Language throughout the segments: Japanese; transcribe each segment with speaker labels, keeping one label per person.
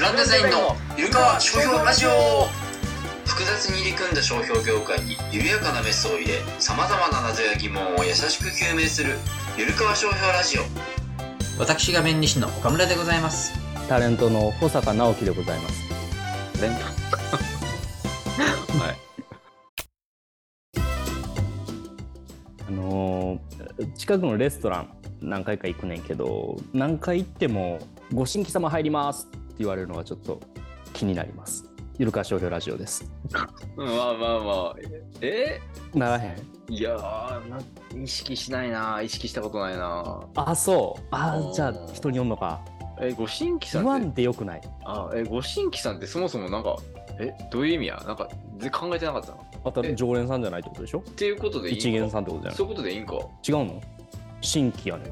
Speaker 1: ランデザインのイルカ商標ラジオ複雑に入り組んだ商標業界に緩やかなメスを入れさまざまな謎や疑問を優しく究明するゆるかわ商標ラジオ私が弁理士の岡村でございます
Speaker 2: タレントの保坂直樹でございます。
Speaker 3: レンタはい。
Speaker 2: あのー近くのレストラン何回か行くねんけど、何回行ってもご新規様入りますって言われるのがちょっと気になります。ゆるか商標ラジオです。
Speaker 3: まあまあまあ。え
Speaker 2: ならへん。
Speaker 3: いやーな、意識しないな。意識したことないな。
Speaker 2: あ、そう。あ
Speaker 3: う、ん
Speaker 2: じゃあ人に呼んのか。
Speaker 3: え、ご新規さ
Speaker 2: 言わ
Speaker 3: んっ
Speaker 2: ん
Speaker 3: て、
Speaker 2: でよくない。
Speaker 3: あえ、ご新規さんってそもそもなんか、え、どういう意味やなんか、ぜ考えてなかったな。っ
Speaker 2: また
Speaker 3: え
Speaker 2: 常連さんじゃないってことでしょ
Speaker 3: ていうことでいいんか
Speaker 2: 一元さんってことじ
Speaker 3: そういうことでいいんか。
Speaker 2: ゃない違うの新規やねんか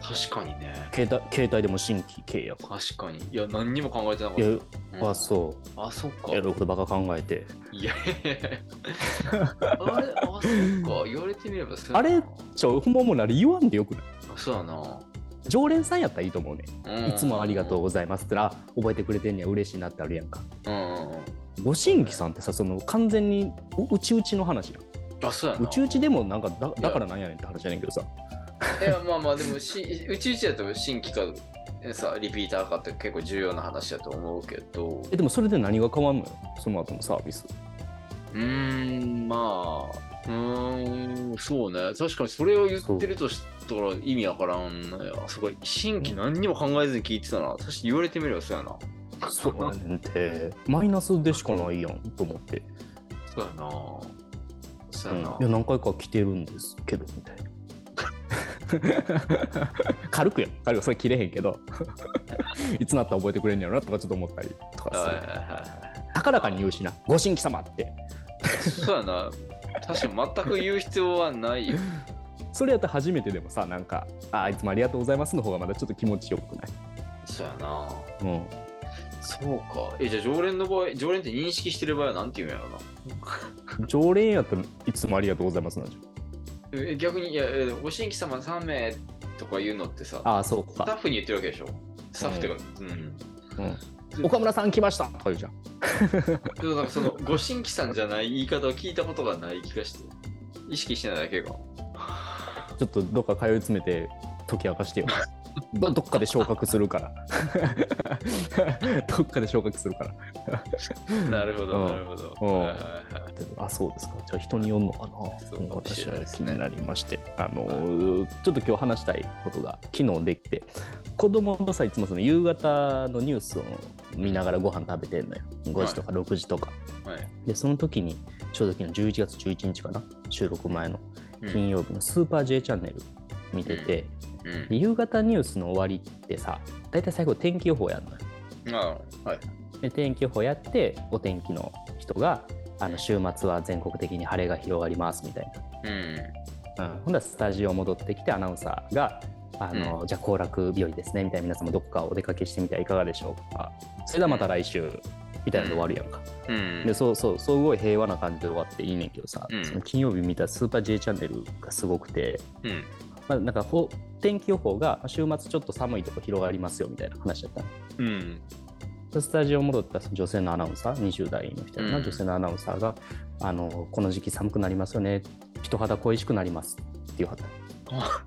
Speaker 2: ら。
Speaker 3: 確かにね。
Speaker 2: 携帯携帯でも新規契約。
Speaker 3: 確かに。いや、何にも考えてなかっ
Speaker 2: い
Speaker 3: た
Speaker 2: や。、
Speaker 3: うん
Speaker 2: あ、そ
Speaker 3: あ、そっ
Speaker 2: う。
Speaker 3: か。
Speaker 2: やることばっか考えて。
Speaker 3: いやいやい やあれ、あ、そっか。言われてみればそうやな
Speaker 2: あれちょ、ほんまもうなり言わんでよくない
Speaker 3: そうだな。
Speaker 2: 常連さんやったらいいと思うね。
Speaker 3: うん
Speaker 2: いつもありがとうございますってな、あ覚えてくれてんねや嬉しいなってあるやんか。
Speaker 3: うんうんうん。
Speaker 2: ご新規さんってさ、その完全にうちうちの話やん。
Speaker 3: あ、そうやな。
Speaker 2: うちうちでもなんかだだからなんやねんって話やねんけどさ。
Speaker 3: いやまあまあでもしうちうちだと新規かさリピーターかって結構重要な話だと思うけど
Speaker 2: え、でもそれで何が変わんのよ。その後のサービス。
Speaker 3: うーんまあうーんそうね確かにそれを言ってるとしたら意味わからんなよすごい新規何にも考えずに聞いてたな確かに言われてみればそうやな
Speaker 2: そうやねんって。マイナスでしかないやんと思って。
Speaker 3: そうやなそう
Speaker 2: うん
Speaker 3: や
Speaker 2: い
Speaker 3: な、
Speaker 2: や、何回か来てるんですけど、みたい な。軽くやん軽くそれ切れへんけど いつなったら覚えてくれんねやろなとかちょっと思ったりと
Speaker 3: はいは
Speaker 2: か
Speaker 3: いはいは
Speaker 2: さ高らかに言うしな「ご新規様」って
Speaker 3: いそうやな確かに全く言う必要はないよ
Speaker 2: それやったら初めてでもさなんかあ「あいつもありがとうございます」の方がまだちょっと気持ちよくない、
Speaker 3: そうやな
Speaker 2: うん、
Speaker 3: そうかえじゃあ常連の場合常連って認識してる場合はなんて言うんやろな
Speaker 2: 常連やったらいつもありがとうございますなんじ
Speaker 3: え逆に、いや、えご新規様3名とか言うのってさ、
Speaker 2: ゃああそう
Speaker 3: スタ
Speaker 2: か、
Speaker 3: ッフに言ってるわけでしょスタッフっていうか、うん。
Speaker 2: うん、岡村さん来ましたとか言うじゃん
Speaker 3: でもなんかその、ご新規さんじゃない言い方を聞いたことがない気がして、意識してないだけか。
Speaker 2: ちょっとどっか通い詰めて解き明かして よどどっかで昇格する からどっかで昇格するから
Speaker 3: なるほ
Speaker 2: う
Speaker 3: ど、
Speaker 2: ん
Speaker 3: なるほど。
Speaker 2: うん
Speaker 3: はいはいはい
Speaker 2: あそうですかじゃあ人によるのか
Speaker 3: そ
Speaker 2: な
Speaker 3: う
Speaker 2: うん
Speaker 3: かもしれ
Speaker 2: 私は
Speaker 3: ないです
Speaker 2: 気
Speaker 3: ね
Speaker 2: になりましてあのーちょっと今日話したいことが昨日できて子供がさいつもその夕方のニュースを見ながらご飯食べてんのよ5時とか6時とか、
Speaker 3: はい
Speaker 2: でその時にちょうど昨日11月11日かな収録前の
Speaker 3: うん
Speaker 2: 金曜日の「スーパー J チャンネル」見てて、で夕方ニュースの終わりってさ大体最後天気予報やんのよ
Speaker 3: うん。あはい。
Speaker 2: で天気予報やってお天気の人があの週末は全国的に晴れが広がりますみたい
Speaker 3: うん。
Speaker 2: な、うん、ほんだらスタジオ戻ってきてアナウンサーがあの、じゃあ行楽日和ですねみたいな皆さんもどこかお出かけしてみてはいかがでしょうかそれではまた来週みたいなので終わるやんか、
Speaker 3: うん。
Speaker 2: でそうそうそうすごい平和な感じで終わっていいねんけどさ、
Speaker 3: うん
Speaker 2: その金曜日見た「スーパー J チャンネル」がすごくて、
Speaker 3: うん。
Speaker 2: まあ、なんかほ天気予報が週末ちょっと寒いとこ広がりますよみたいな話だったの
Speaker 3: うん。
Speaker 2: スタジオ戻った女性のアナウンサー20代の人やな、
Speaker 3: うん
Speaker 2: 女性のアナウンサーがあの「この時期寒くなりますよね人肌恋しくなります」って言わはった
Speaker 3: あ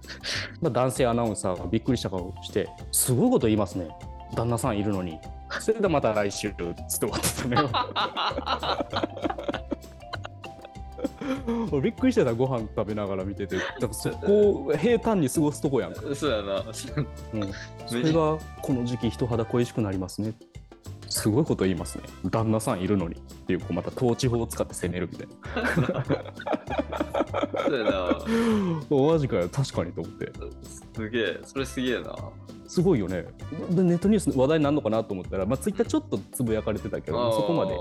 Speaker 2: まあ男性アナウンサーがびっくりした顔して「すごいこと言いますね旦那さんいるのに」それでまた来週っつって終わってたね 俺びっくりしてたご飯食べながら見ててだからそこを平坦に過ごすとこやんか、
Speaker 3: そうやな。
Speaker 2: うん、それがこの時期人肌恋しくなりますねすごいこと言いますね旦那さんいるのにっていうこうまた統治法を使って攻めるみたいな
Speaker 3: そうやな。
Speaker 2: おマジかよ確かにと思って
Speaker 3: すげえ。それすげえな。
Speaker 2: すごいよねでネットニュースの話題になるのかなと思ったら、まあ、ツイッターちょっとつぶやかれてたけどそこまで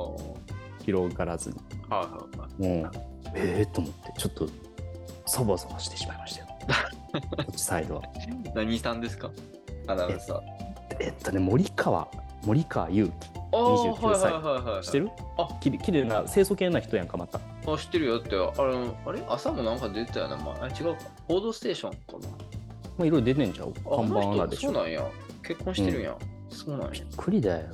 Speaker 2: 広がらずに
Speaker 3: あーはいはいはい。
Speaker 2: もうええと思ってちょっとそばそばしてしまいました よこっちサイドは
Speaker 3: 何さんですかアナウンサー。
Speaker 2: えっとね森川森川優希
Speaker 3: あー
Speaker 2: 29歳
Speaker 3: はいはいはいはい、
Speaker 2: してる
Speaker 3: あ
Speaker 2: きれきれいな清楚系な人やんかま
Speaker 3: あ
Speaker 2: た
Speaker 3: 知ってるよだってあれあれ朝もなんか出てたよね、まあ、違うか「報道ステーション」かな
Speaker 2: まあ、いろいろ出てんじゃん。
Speaker 3: あ
Speaker 2: 看板アナでし
Speaker 3: あの人そう
Speaker 2: ょ。
Speaker 3: なんや結婚してるんや、そうなんや
Speaker 2: びっくりだよ。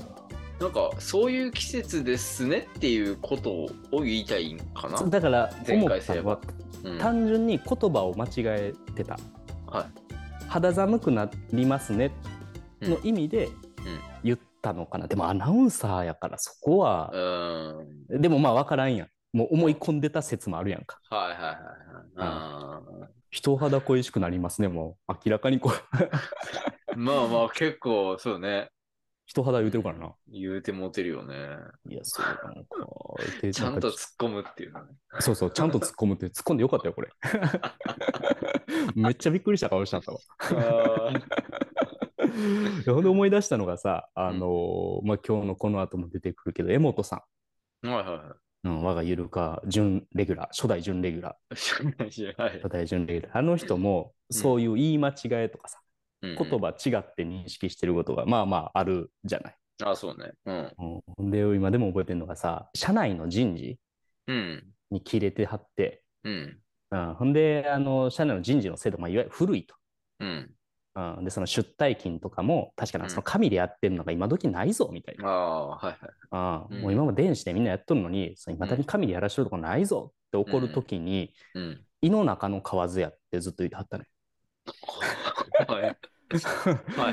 Speaker 3: なんかそういう季節ですねっていうことを言いたいんかな、
Speaker 2: だから
Speaker 3: 前
Speaker 2: 思
Speaker 3: 回
Speaker 2: っ
Speaker 3: す
Speaker 2: た
Speaker 3: れ
Speaker 2: の
Speaker 3: ば
Speaker 2: は
Speaker 3: うんはい
Speaker 2: 単純に言葉を間違えてた肌寒くなりますねの意味で言ったのかな、でもアナウンサーやからそこは
Speaker 3: う、ーんはい
Speaker 2: でもまあ分からんやんもう思い込んでた説もあるやんか
Speaker 3: はいはいはいあ
Speaker 2: 人肌恋しくなりますねもう明らかにこう
Speaker 3: ーまあまあ結構そうね
Speaker 2: 人肌言うてるからな
Speaker 3: 言うてモテるよね
Speaker 2: いやそうなんかで
Speaker 3: ちゃんと
Speaker 2: なんか
Speaker 3: 突っ込むっていうのね
Speaker 2: そうそうちゃんと突っ込むって突っ込んでよかった よこれめっちゃびっくりした顔しちゃったわ い やほんで思い出したのがさ、あのーまあ、今日のこの後も出てくるけど、江本さ
Speaker 3: はいはいは
Speaker 2: ん、うん、我がゆるか、準レギュラー、初代準レギュラ
Speaker 3: い知らない知らない
Speaker 2: ー、初代準レギュラー、あの人もそういう言い間違えとかさ、
Speaker 3: うん
Speaker 2: 言葉違って認識してることがまあまああるじゃない。
Speaker 3: あそうねうん
Speaker 2: うん、ほんで、今でも覚えてるのがさ、社内の人事
Speaker 3: うん
Speaker 2: に切れてはって、
Speaker 3: うん
Speaker 2: うん、ほんで、あの社内の人事の制度、まあ、いわゆる古いと。
Speaker 3: うん
Speaker 2: うん、で、その出退勤とかも、確かなんかその紙でやってるのが今時ないぞみたい
Speaker 3: あ
Speaker 2: な。
Speaker 3: あはいはい
Speaker 2: ああ
Speaker 3: うん
Speaker 2: もう今も電子でみんなやっとるのに、いまだに紙でやらしてるとこないぞって怒るときに、
Speaker 3: うん
Speaker 2: 胃の中の蛙やってずっと言ってはったね。
Speaker 3: はいはい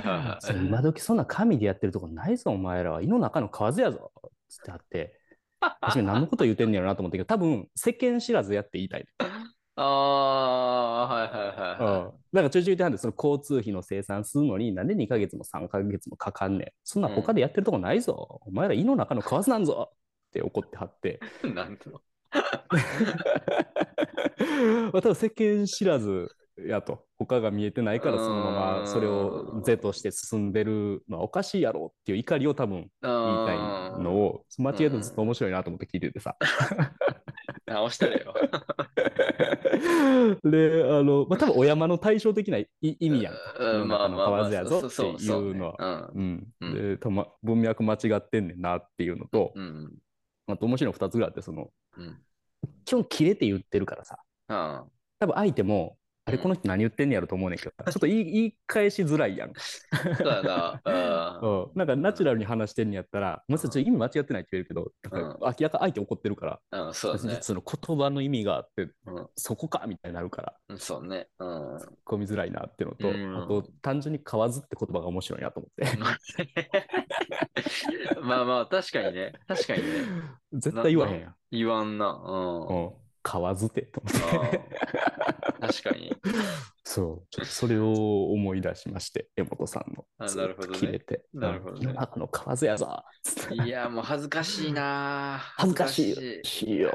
Speaker 3: はい
Speaker 2: そう今時そんな紙でやってるとこないぞ、お前らは。胃の中の蛙やぞっつってはって、私も何のこと言うてんねやろなと思ったけど、多分世間知らずやって言いたい。
Speaker 3: ああはいは
Speaker 2: う
Speaker 3: いはい
Speaker 2: んなんかちょいちょい言ってはんで、その交通費の生産するのに、なんで2ヶ月も3ヶ月もかかんねん。そんな他でやってるとこないぞ。お前ら胃の中の蛙なんぞって怒ってはって。
Speaker 3: なんと。
Speaker 2: まあ、多分世間知らずやと他が見えてないからそのままそれを是として進んでるのはおかしいやろっていう怒りを多分言いたいの
Speaker 3: を
Speaker 2: を間違えたらずっと面白いなと思って聞いててさ
Speaker 3: 直したれよ。
Speaker 2: であの、まあ、多分お山の対照的ない意味やん、
Speaker 3: うん、まあまあまあ、
Speaker 2: 世の中の蛙やぞっていうのは
Speaker 3: は。
Speaker 2: うん
Speaker 3: うん
Speaker 2: で多分ま文脈間違ってんねんなっていうのと、
Speaker 3: うん。うん。
Speaker 2: あと面白いの2つぐらいあってその
Speaker 3: うん。
Speaker 2: 基本切れて言ってるからさ
Speaker 3: あ
Speaker 2: 多分相手もあれ
Speaker 3: うん
Speaker 2: この人何言ってんねやろと思うねんけどちょっと言い言い返しづらいやん
Speaker 3: あ、そうやな。ああ
Speaker 2: うん、なんかナチュラルに話してんのやったら、まずちょっと意味間違ってないって言えるけど、なんか明らかに相手怒ってるから、
Speaker 3: うん、そうだね。
Speaker 2: その言葉の意味があって、
Speaker 3: うん
Speaker 2: そこかみたいになるから、
Speaker 3: うんそうね。うん。
Speaker 2: 込みづらいなってのと、
Speaker 3: うん
Speaker 2: あと単純に「買わず」って言葉が面白いなと思って、
Speaker 3: まあまあ、確かにね。確かにね。
Speaker 2: 絶対言わへんやん。
Speaker 3: 言わんな。うん。あ
Speaker 2: うん買わずってと思って、
Speaker 3: あ確かに。
Speaker 2: そう、ちょっとそれを思い出しまして、江本さんの。
Speaker 3: あなるほどね
Speaker 2: ずっと切れて、
Speaker 3: なるほどね
Speaker 2: うん世の中の買わずやぞつって
Speaker 3: いや、もう恥ずかしいな。
Speaker 2: 恥ずかしいよ。よ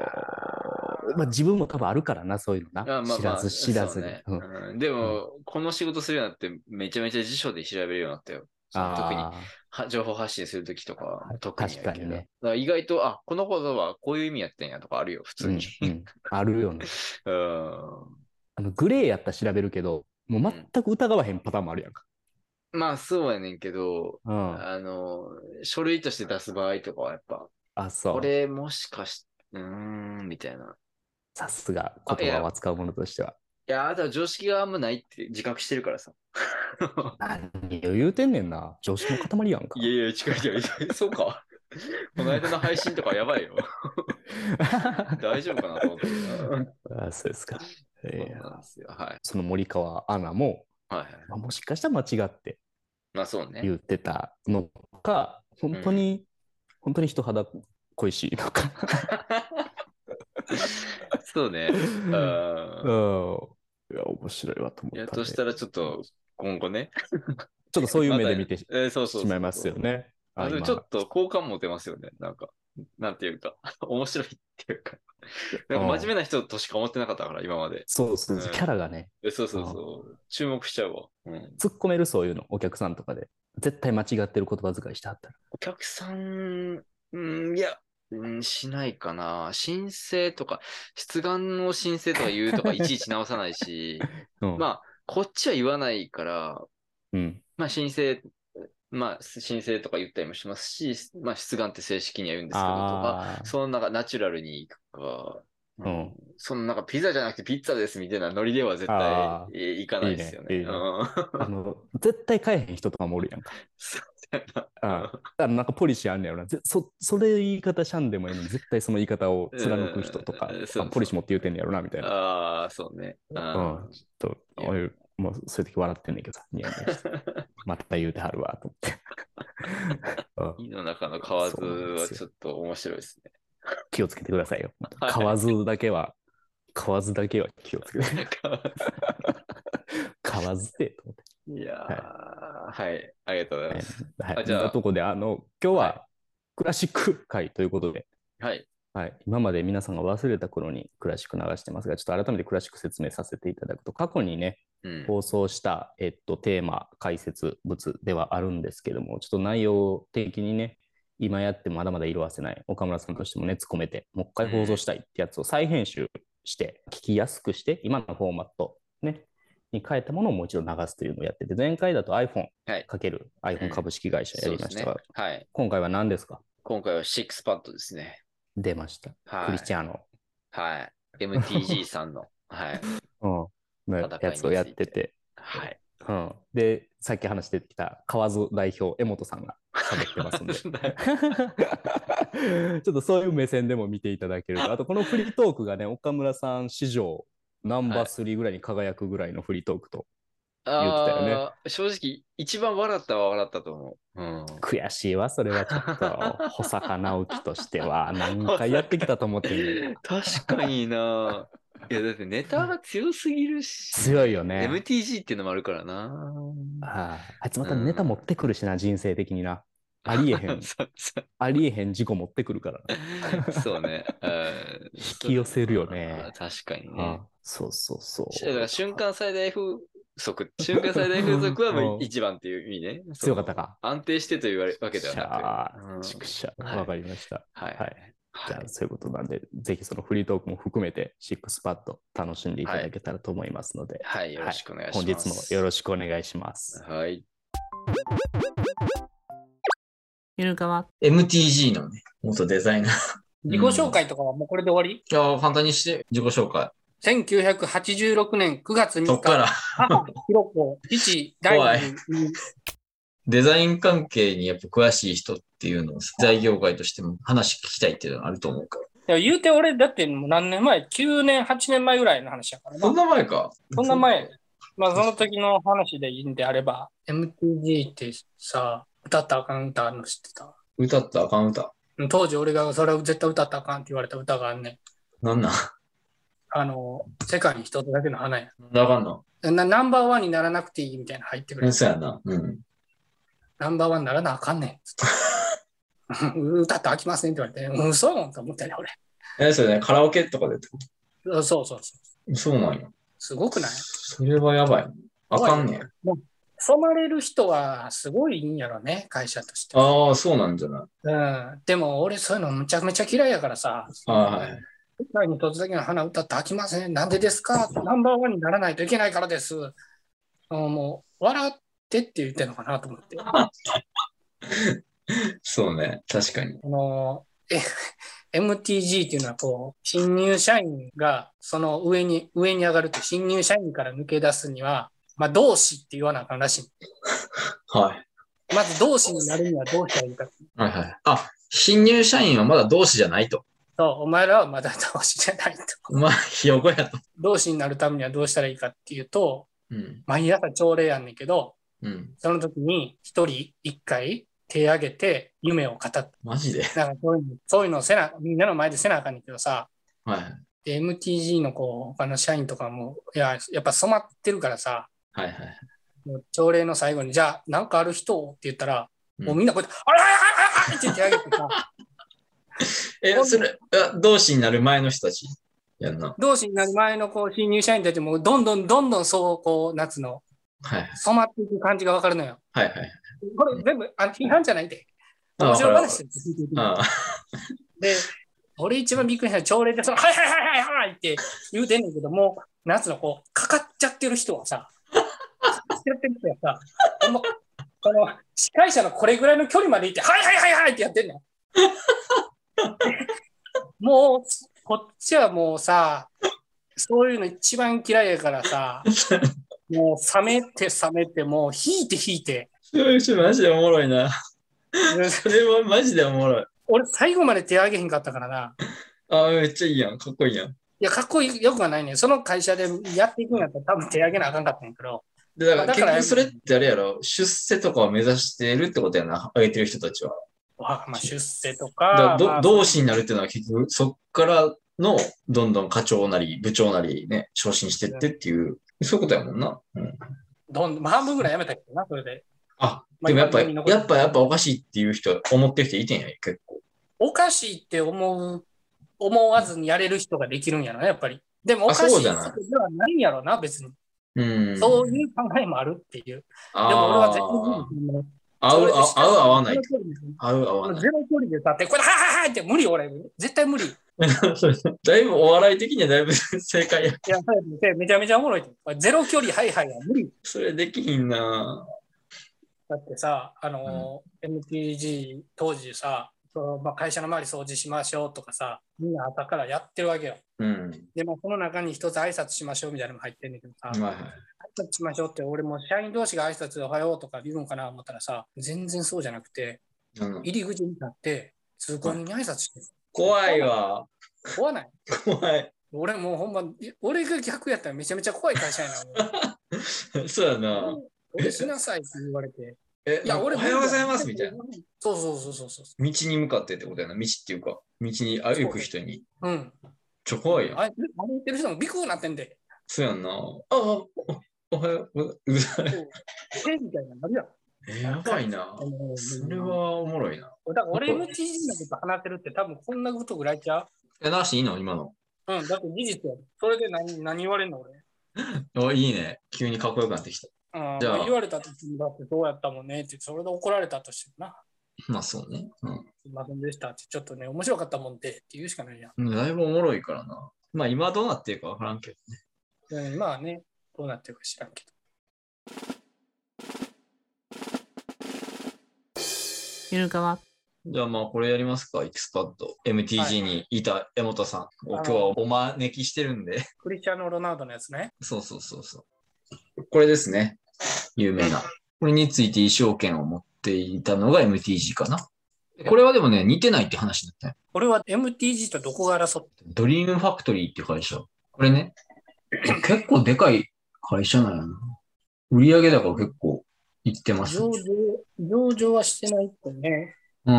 Speaker 2: まあ、自分も多分あるからな、そういうのな。
Speaker 3: あまあ
Speaker 2: 知
Speaker 3: ま
Speaker 2: ら
Speaker 3: あ
Speaker 2: ず知らずに。
Speaker 3: そうね
Speaker 2: うん
Speaker 3: うんでも、この仕事するようになって、めちゃめちゃ辞書で調べるようになったよ。特に
Speaker 2: あ
Speaker 3: は情報発信するときとかは
Speaker 2: はい
Speaker 3: 特にやけど
Speaker 2: 確かにね
Speaker 3: だから意外と、あ、この言葉はこういう意味やってんやとかあるよ、普
Speaker 2: ー
Speaker 3: 通に。
Speaker 2: うん うんあるよね。
Speaker 3: うん、
Speaker 2: あのグレーやったら調べるけど、もう全く疑わへんパターンもあるやんか。
Speaker 3: まあ、そうやねんけど、
Speaker 2: うん、
Speaker 3: あの、書類として出す場合とかはやっぱ、
Speaker 2: あ、そ
Speaker 3: こ
Speaker 2: う。
Speaker 3: れもしかし、うーん、みたいな。
Speaker 2: さすが
Speaker 3: あい
Speaker 2: 言
Speaker 3: や
Speaker 2: 葉を扱うものとしては。
Speaker 3: いや、あとは常識があんまないって自覚してるからさ。
Speaker 2: 何を言うてんねんな。常識の塊やんか
Speaker 3: い。や いや、違う違う、そうか。この間の配信とかやばいよ。大丈夫かなと思って。
Speaker 2: あそうです か。
Speaker 3: そう
Speaker 2: えー
Speaker 3: なんですよ。はい。
Speaker 2: その森川アナも、
Speaker 3: はいはい。
Speaker 2: まあ、もしかしたら間違って
Speaker 3: まあそうね。
Speaker 2: 言ってたのか、本当に、本当に人肌恋しいのか。
Speaker 3: そうね。 うん
Speaker 2: うん。いや、面白いわと思
Speaker 3: いや、
Speaker 2: ったん
Speaker 3: と
Speaker 2: で。
Speaker 3: したらちょっと今後ね。
Speaker 2: ちょっとそういう目で見てし
Speaker 3: まだえーそうそうそう
Speaker 2: まいますよ。ね。
Speaker 3: あでも
Speaker 2: 今
Speaker 3: ちょっと好感持てますよね。なんか、なんていうか、 面白いっていうか。なんか真面目な人としか思ってなかったから、今まで。
Speaker 2: そうそう
Speaker 3: う
Speaker 2: そ
Speaker 3: ん
Speaker 2: う、キャラがね、
Speaker 3: えそうそうそう。注目しちゃうわ。うん、
Speaker 2: 突っ込めるそういうの、お客さんとかで。絶対間違ってる言葉遣いしてはったら。
Speaker 3: お客さん、うん、いや、うん、しないかな。申請とか、出願の申請とか言うとか、いちいち直さない し、
Speaker 2: うん
Speaker 3: まあ、こっちは言わないから、
Speaker 2: うん。
Speaker 3: まあ、申請、まあ、申請とか言ったりもしますし、まあ、出願って正式には言うんですけどとか、
Speaker 2: あー
Speaker 3: その中、ナチュラルに行くか、
Speaker 2: うん。
Speaker 3: そのなんかピザじゃなくてピッツァですみたいなノリでは絶
Speaker 2: あ
Speaker 3: 対いいかないですよね。
Speaker 2: いいねいいね
Speaker 3: うん
Speaker 2: あの、絶対買えへん人とかもおるやんか。
Speaker 3: そうだ
Speaker 2: ああのなんかポリシーあんねやろな。ぜそ、それ言い方しゃんでもいいのに、絶対その言い方を貫く人とか
Speaker 3: うんうんうんそう、
Speaker 2: あポリシー持って言うてんねやろな、みたい
Speaker 3: な
Speaker 2: な。
Speaker 3: ああ、そうね。あ
Speaker 2: うん。ちょっと、
Speaker 3: いや
Speaker 2: おいもうそういう時笑ってんねんけどさ、ニヤニヤ してまた言うてはるわ、と思って
Speaker 3: ー井の中の河津
Speaker 2: そうなんで
Speaker 3: は
Speaker 2: すよ
Speaker 3: ちょっと面白いですね。
Speaker 2: うん。気をつけてくださいよ。
Speaker 3: はい
Speaker 2: 買わずだけは、買わずだけは気をつけて。
Speaker 3: 河津
Speaker 2: 買わずで、と思って。
Speaker 3: いやーはい、ありがとうございます。
Speaker 2: はい。
Speaker 3: あ
Speaker 2: はい、
Speaker 3: じゃあ
Speaker 2: とこで、あの、今日
Speaker 3: はい
Speaker 2: はクラシック会ということで、
Speaker 3: はい、
Speaker 2: はい、今まで皆さんが忘れた頃にクラシック流してますが、ちょっと改めてクラシック説明させていただくと、過去にね、
Speaker 3: うん
Speaker 2: 放送した、えっと、テーマ、解説物ではあるんですけども、ちょっと内容的にね、今やってもまだまだ色褪せない、岡村さんとしても熱込めて、もう一回放送したいってやつを再編集して、聞きやすくして、今のフォーマット、ね、に変えたものをもう一度流すというのをやってて、前回だと iPhone
Speaker 3: はい
Speaker 2: かける iPhone 株式会社やりました
Speaker 3: そ
Speaker 2: が、
Speaker 3: うですね。はい、
Speaker 2: 今回は何ですか
Speaker 3: 今回はシックスパッドですね。
Speaker 2: 出ました。ク
Speaker 3: は
Speaker 2: リスチ
Speaker 3: い、
Speaker 2: ャーノ。
Speaker 3: はい、MTG さんの。はい、
Speaker 2: うん、の
Speaker 3: 戦い
Speaker 2: やつをやってて、
Speaker 3: はい。
Speaker 2: うん、でさっき話してきた河津代表江本さんが喋っ てますんで ちょっとそういう目線でも見ていただけるとあとこのフリートークがね岡村さん史上ナンバー3ぐらいに輝くぐらいのフリートークと、
Speaker 3: あ
Speaker 2: 言ってたよ
Speaker 3: あー正直、一番笑ったは笑ったと思う。うん
Speaker 2: 悔しいわそれはちょっと保坂直樹としては何回やってきたと思ってんねん
Speaker 3: 確かに な。いや、だってネタが強すぎるし。
Speaker 2: 強いよね
Speaker 3: MTG っていうのもあるからな。
Speaker 2: あーあいつまたネタ持ってくるしな、人生的になありえへん
Speaker 3: そうそ
Speaker 2: ありえへん事故持ってくるからな
Speaker 3: う そうね。うん
Speaker 2: 引き寄せるよね
Speaker 3: あー確かにね
Speaker 2: あ。そうそうそ
Speaker 3: し
Speaker 2: う。
Speaker 3: だから瞬間最大風速、瞬間最大風速はもう
Speaker 2: うん
Speaker 3: 一番っていう意味ね。
Speaker 2: 強かったか。
Speaker 3: 安定してというわけではなく。うん
Speaker 2: ちくしゃ
Speaker 3: うん
Speaker 2: わかりました。
Speaker 3: はい。
Speaker 2: はいじゃ
Speaker 3: は
Speaker 2: あ、そういうことなんで、ぜひそのフリートークも含めて、シックスパッド楽しんでいただけたらと思いますので、
Speaker 3: はい、よろしくお願いしま
Speaker 2: 本
Speaker 3: す。
Speaker 2: 日もよろしくお願いします。
Speaker 3: はい。
Speaker 4: ゆるかわ。
Speaker 5: MTG のね、元デザイナー。
Speaker 4: 自己紹介とかはもうこれで終わり
Speaker 5: いやー簡単にして、自己紹介。
Speaker 4: ?1986 年9月
Speaker 5: そ
Speaker 4: 3
Speaker 5: っか
Speaker 4: 日、
Speaker 5: ら、
Speaker 4: 母、ひろこ、父、大
Speaker 5: 怖い
Speaker 4: 臣に
Speaker 5: デザイン関係にやっぱ詳しい人っていうのを、材業界としても話聞きたいっていうのはあると思うから。
Speaker 4: いや言うて俺、だってもう何年前 ?9 年、8年前ぐらいの話やから
Speaker 5: そん
Speaker 4: な。
Speaker 5: な前か。
Speaker 4: そんな前。まあ、その時の話でいいんであれば、MTG ってさ、歌ったらあかん歌あるの知ってた。
Speaker 5: 歌ったらあかん歌。
Speaker 4: 当時俺がそれを絶対歌ったらあかんって言われた歌があんねん。
Speaker 5: なんなん
Speaker 4: あの、世界に一つだけの花や。
Speaker 5: なんであかんの
Speaker 4: なナンバーワンにならなくていいみたいなの入ってく
Speaker 5: う
Speaker 4: る
Speaker 5: ん、。そうやな。うん。
Speaker 4: ナンバーワンならなあかんねん。つって うん歌って飽きませんって言われて、うん嘘と思ったね、俺。
Speaker 5: え、それね、カラオケとかでってこ
Speaker 4: うんそうそうそう。
Speaker 5: とそうなんや。
Speaker 4: すごくない
Speaker 5: それはやばい。あかんねん。
Speaker 4: 染まれる人はすごいいいんやろね、会社として。
Speaker 5: ああ、そうなんじゃない。
Speaker 4: うん、でも俺そういうのむちゃくちゃ嫌いやからさ、
Speaker 5: はい。
Speaker 4: 世界に一つだけの花歌って飽きません。なんでですかナンバーワンにならないといけないからです。うんもう笑ってって言ってんのかなと思って。あ
Speaker 5: そうね。確かに。
Speaker 4: のえ MTG っていうのはこう新入社員がその上に上に上がると新入社員から抜け出すには、まあ、同志って言わなあかんらしい。
Speaker 5: はい。
Speaker 4: まず同志になるにはどうしたらいいか。
Speaker 5: はいはい。あ、新入社員はまだ同志じゃないと。
Speaker 4: そう、お前らはまだ同志じゃないと。
Speaker 5: まあ、ひよこやと。
Speaker 4: 同志になるためにはどうしたらいいかっていうと、
Speaker 5: うん。
Speaker 4: 毎朝朝礼やんねんけど、
Speaker 5: うん。
Speaker 4: その時に一人一回手挙げて夢を語った。
Speaker 5: マジで。
Speaker 4: なんかそういうの、そういうのをせな、みんなの前でせなあかんねんけどさ、
Speaker 5: はい。
Speaker 4: で MTG のこう、他の社員とかも、いや、やっぱ染まってるからさ、
Speaker 5: はいはい。
Speaker 4: もう朝礼の最後に、じゃあ、なんかある人をって言ったら、
Speaker 5: うん
Speaker 4: もうみんなこうやって、あらあらあらあらって手挙 げてさ、
Speaker 5: え、それ、あ同志になる前の人たちやんな。
Speaker 4: 同志になる前のこう新入社員たちも、どんどんどんどんそう、こう、夏の
Speaker 5: はい
Speaker 4: 染まっていく感じがわかるのよ。
Speaker 5: はいはい。
Speaker 4: これ全部、あの批判じゃないで。
Speaker 5: あ
Speaker 4: 面白
Speaker 5: わかる
Speaker 4: 話です
Speaker 5: あ
Speaker 4: で、俺一番びっくりしたのは朝礼でその、はいはいはいはいはいって言うてんねんけども、夏のこう、かかっちゃってる人はさ、かかっちゃってる人はさ、ほんまこの司会者のこれぐらいの 距離まで行って、はいはいはいはいってやってんのよ。もう、こっちはもうさ、そういうの一番嫌いやからさ、もう冷めて冷めて、もう引いて引いて。
Speaker 3: マジでおもろいな。それはマジでおもろい。
Speaker 4: 俺、最後まで手上げへんかったからな。
Speaker 3: あ、めっちゃいいやん。かっこいいやん。
Speaker 4: いや、かっこいいよくはないね。その会社でやっていくんやったら多分手上げなあかんかったんやけど。
Speaker 3: でだから
Speaker 4: だ
Speaker 3: 結
Speaker 4: から
Speaker 3: 局それってあれやろ、出世とかを目指してるってことやな、上げてる人たちは。
Speaker 4: わまあ、出世と
Speaker 3: だから
Speaker 4: か、
Speaker 3: ど
Speaker 4: まあ
Speaker 3: 同志になるっていうのは結局そっからのどんどん課長なり部長なりね、昇進してってっていう、そういうことやもんな。うん、
Speaker 4: どんまあ半分ぐらいやめたけどな、それで。
Speaker 3: あ、
Speaker 4: まあ
Speaker 3: でもやっぱ、
Speaker 4: 今のところ
Speaker 3: やっぱやっぱおかしいっていう人、思ってる人いてんや、結構。
Speaker 4: おかしいって思う、思わずにやれる人ができるんやろな、やっぱり。でも、お
Speaker 3: あ
Speaker 4: かしい
Speaker 3: そう
Speaker 4: 人
Speaker 3: じ
Speaker 4: で
Speaker 3: ゃない
Speaker 4: はないんやろな、別に。
Speaker 3: うん。
Speaker 4: そういう考えもあるっていう。でも俺は全
Speaker 3: あ
Speaker 4: 然もう
Speaker 3: あ、合う、合う合う合わない
Speaker 4: ゼ。ロ距離で
Speaker 3: 合う合わない。
Speaker 4: ゼロ距離で立って、これ、はいはいはいって無理、俺。絶対無 理。い
Speaker 3: だいぶお笑い的にはだいぶ正解や。
Speaker 4: や、そうやってめちゃめちゃおもろいって。ゼロ距離、はいはいは無理。
Speaker 3: それできひんな
Speaker 4: だってさ、あのー、MTG 当時さ、そのまあ、会社の周り掃除しましょうとかさ、みんな朝からやってるわけよ。
Speaker 3: うん。
Speaker 4: でも、その中に一つ挨拶しましょうみたいなのも入ってんだけどさ、
Speaker 3: はいはい。
Speaker 4: 挨拶しましょうって、俺も社員同士が挨拶おはようとか言うんかな思ったらさ、全然そうじゃなくて、
Speaker 3: うん
Speaker 4: 入り口に立って、通行人に挨拶してる。
Speaker 3: 怖いわ。
Speaker 4: 怖ない。
Speaker 3: 怖い。
Speaker 4: 俺もうほんま、い俺が逆やったらめちゃめちゃ怖い会社やな。
Speaker 3: そうや
Speaker 4: 俺
Speaker 3: な。
Speaker 4: 俺しなさいって言われて。
Speaker 3: え、
Speaker 4: いや、俺
Speaker 3: おはようございますみたいな。。
Speaker 4: そうそうそうそうそ
Speaker 3: 道に向かってってことやな。道っていうか、道に歩く人に。
Speaker 4: う。うん。
Speaker 3: ちょ、怖いやん。
Speaker 4: あれ歩いてる人もビクになってんで。
Speaker 3: そうやんな。ああ、おおはようございます。
Speaker 4: えみたいななるやん。
Speaker 3: えやばいな。それはおもろいな。
Speaker 4: だから俺 MTG のこと話せるって多分こんなことぐらいちゃ
Speaker 3: え、なしいいの今の。
Speaker 4: ううん、だって事実や。それで何何言われんの俺。
Speaker 3: おいいね。急にかっこよくなってきた。
Speaker 4: うん、
Speaker 3: じゃあ
Speaker 4: まあ言われた時にだってどうやったもんねって、それで怒られたとしてもな。
Speaker 3: まあそうね。う
Speaker 4: すいませんでしたって、ちょっとね、面白かったもんでって言うしかないやん。
Speaker 3: ん。だいぶおもろいからな。まあ今どうなってるかわからんけど。
Speaker 4: うん、まあね、どうなってるか知らんけど。
Speaker 6: ゆるかわ。
Speaker 3: じゃあまあこれやりますか、エキスパッド。MTG にいた江本さんを今日はお招きしてるんで。
Speaker 4: クリスチャーノ・ロナウドのやつね。
Speaker 3: そうそうそうそう。これですね。有名な。これについて衣装権を持っていたのが MTG かな。これはでもね、似てないって話だったよ。
Speaker 4: 俺は MTG とどこが争って
Speaker 3: ドリームファクトリーっていう会社。これね、結構でかい会社なんやな。売上高結構いってます
Speaker 4: 上
Speaker 3: ね、
Speaker 4: 場上場はしてないってね。
Speaker 3: うん。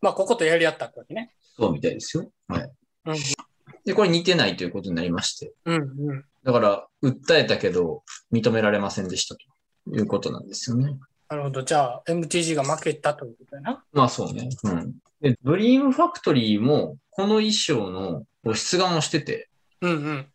Speaker 4: まあ、こことやり合ったってわけね。
Speaker 3: そうみたいですよ。はい。
Speaker 4: うん
Speaker 3: で、これ似てないということになりまして。
Speaker 4: うんうん。
Speaker 3: だから、訴えたけど、認められませんでしたということなんですよね。
Speaker 4: なるほど。じゃあ、MTG が負けたということやな。
Speaker 3: まあそうね。うん。で、ドリームファクトリーも、この衣装の出願をしてて、
Speaker 4: うんうん。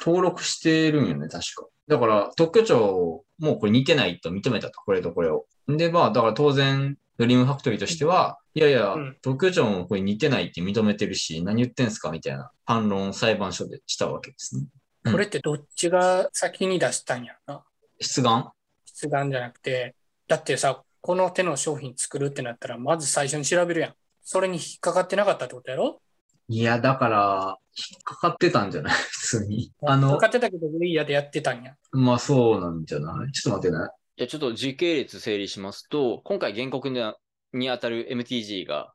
Speaker 3: 登録してるんよね、確か。だから、特許庁もこれ似てないと認めたと、これとこれを。で、まあ、だから当然、ドリームファクトリーとしては、いやいや
Speaker 4: うん、
Speaker 3: 特許庁もこれ似てないって認めてるし、何言ってんすかみたいな反論を裁判所でしたわけですね。うん
Speaker 4: これってどっちが先に出したんやろな。
Speaker 3: 出願
Speaker 4: 出願じゃなくて、だってさ、この手の商品作るってなったら、まず最初に調べるやん。それに引っかかってなかったってことやろ
Speaker 3: いや、だから、引っかかってたんじゃない普通に。あ
Speaker 4: 引っ
Speaker 3: の
Speaker 4: か、かってたけど、ウイヤでやってたんや。
Speaker 3: まあそうなんじゃないちょっと待ってね。
Speaker 7: じゃあちょっと時系列整理しますと、今回原告にあに当たる MTG が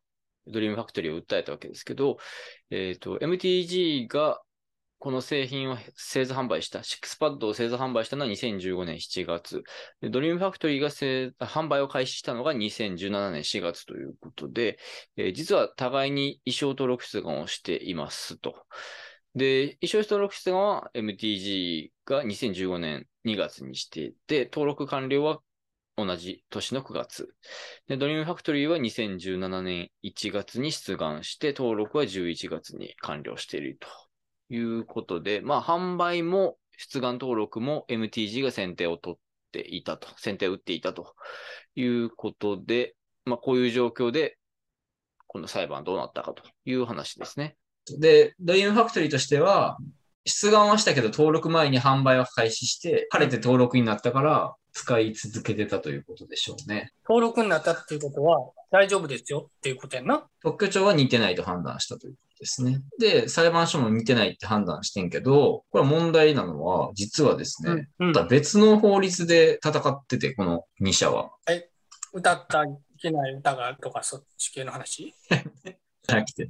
Speaker 7: ドリームファクトリーを訴えたわけですけど、えっ、と、MTG がこの製品を製造販売した、シックスパッドを製造販売したのは2015年7月。でドリームファクトリーが製販売を開始したのが2017年4月ということで、えー実は互いに衣装登録出願をしていますと。で、衣装登録出願は MTG が2015年2月にしていて、登録完了は同じ年の9月。で、ドリームファクトリーは2017年1月に出願して、登録は11月に完了しているということで、まあ、販売も出願登録も MTG が先手を取っていたと、先手を打っていたということで、まあ、こういう状況で、この裁判どうなったかという話ですね。
Speaker 3: で、ドリームファクトリーとしては、出願はしたけど、登録前に販売は開始して、晴れて登録になったから、使い続けてたということでしょうね。
Speaker 4: 登録になったっていうことは、大丈夫ですよっていうことやんな。
Speaker 3: 特許庁は似てないと判断したということですね。で、裁判所も似てないって判断してんけど、これ問題なのは、実はですね、
Speaker 4: うん
Speaker 3: また別の法律で戦ってて、この2社は。
Speaker 4: 歌ったいけない歌がとか、そっち系の話。
Speaker 3: じゃなくて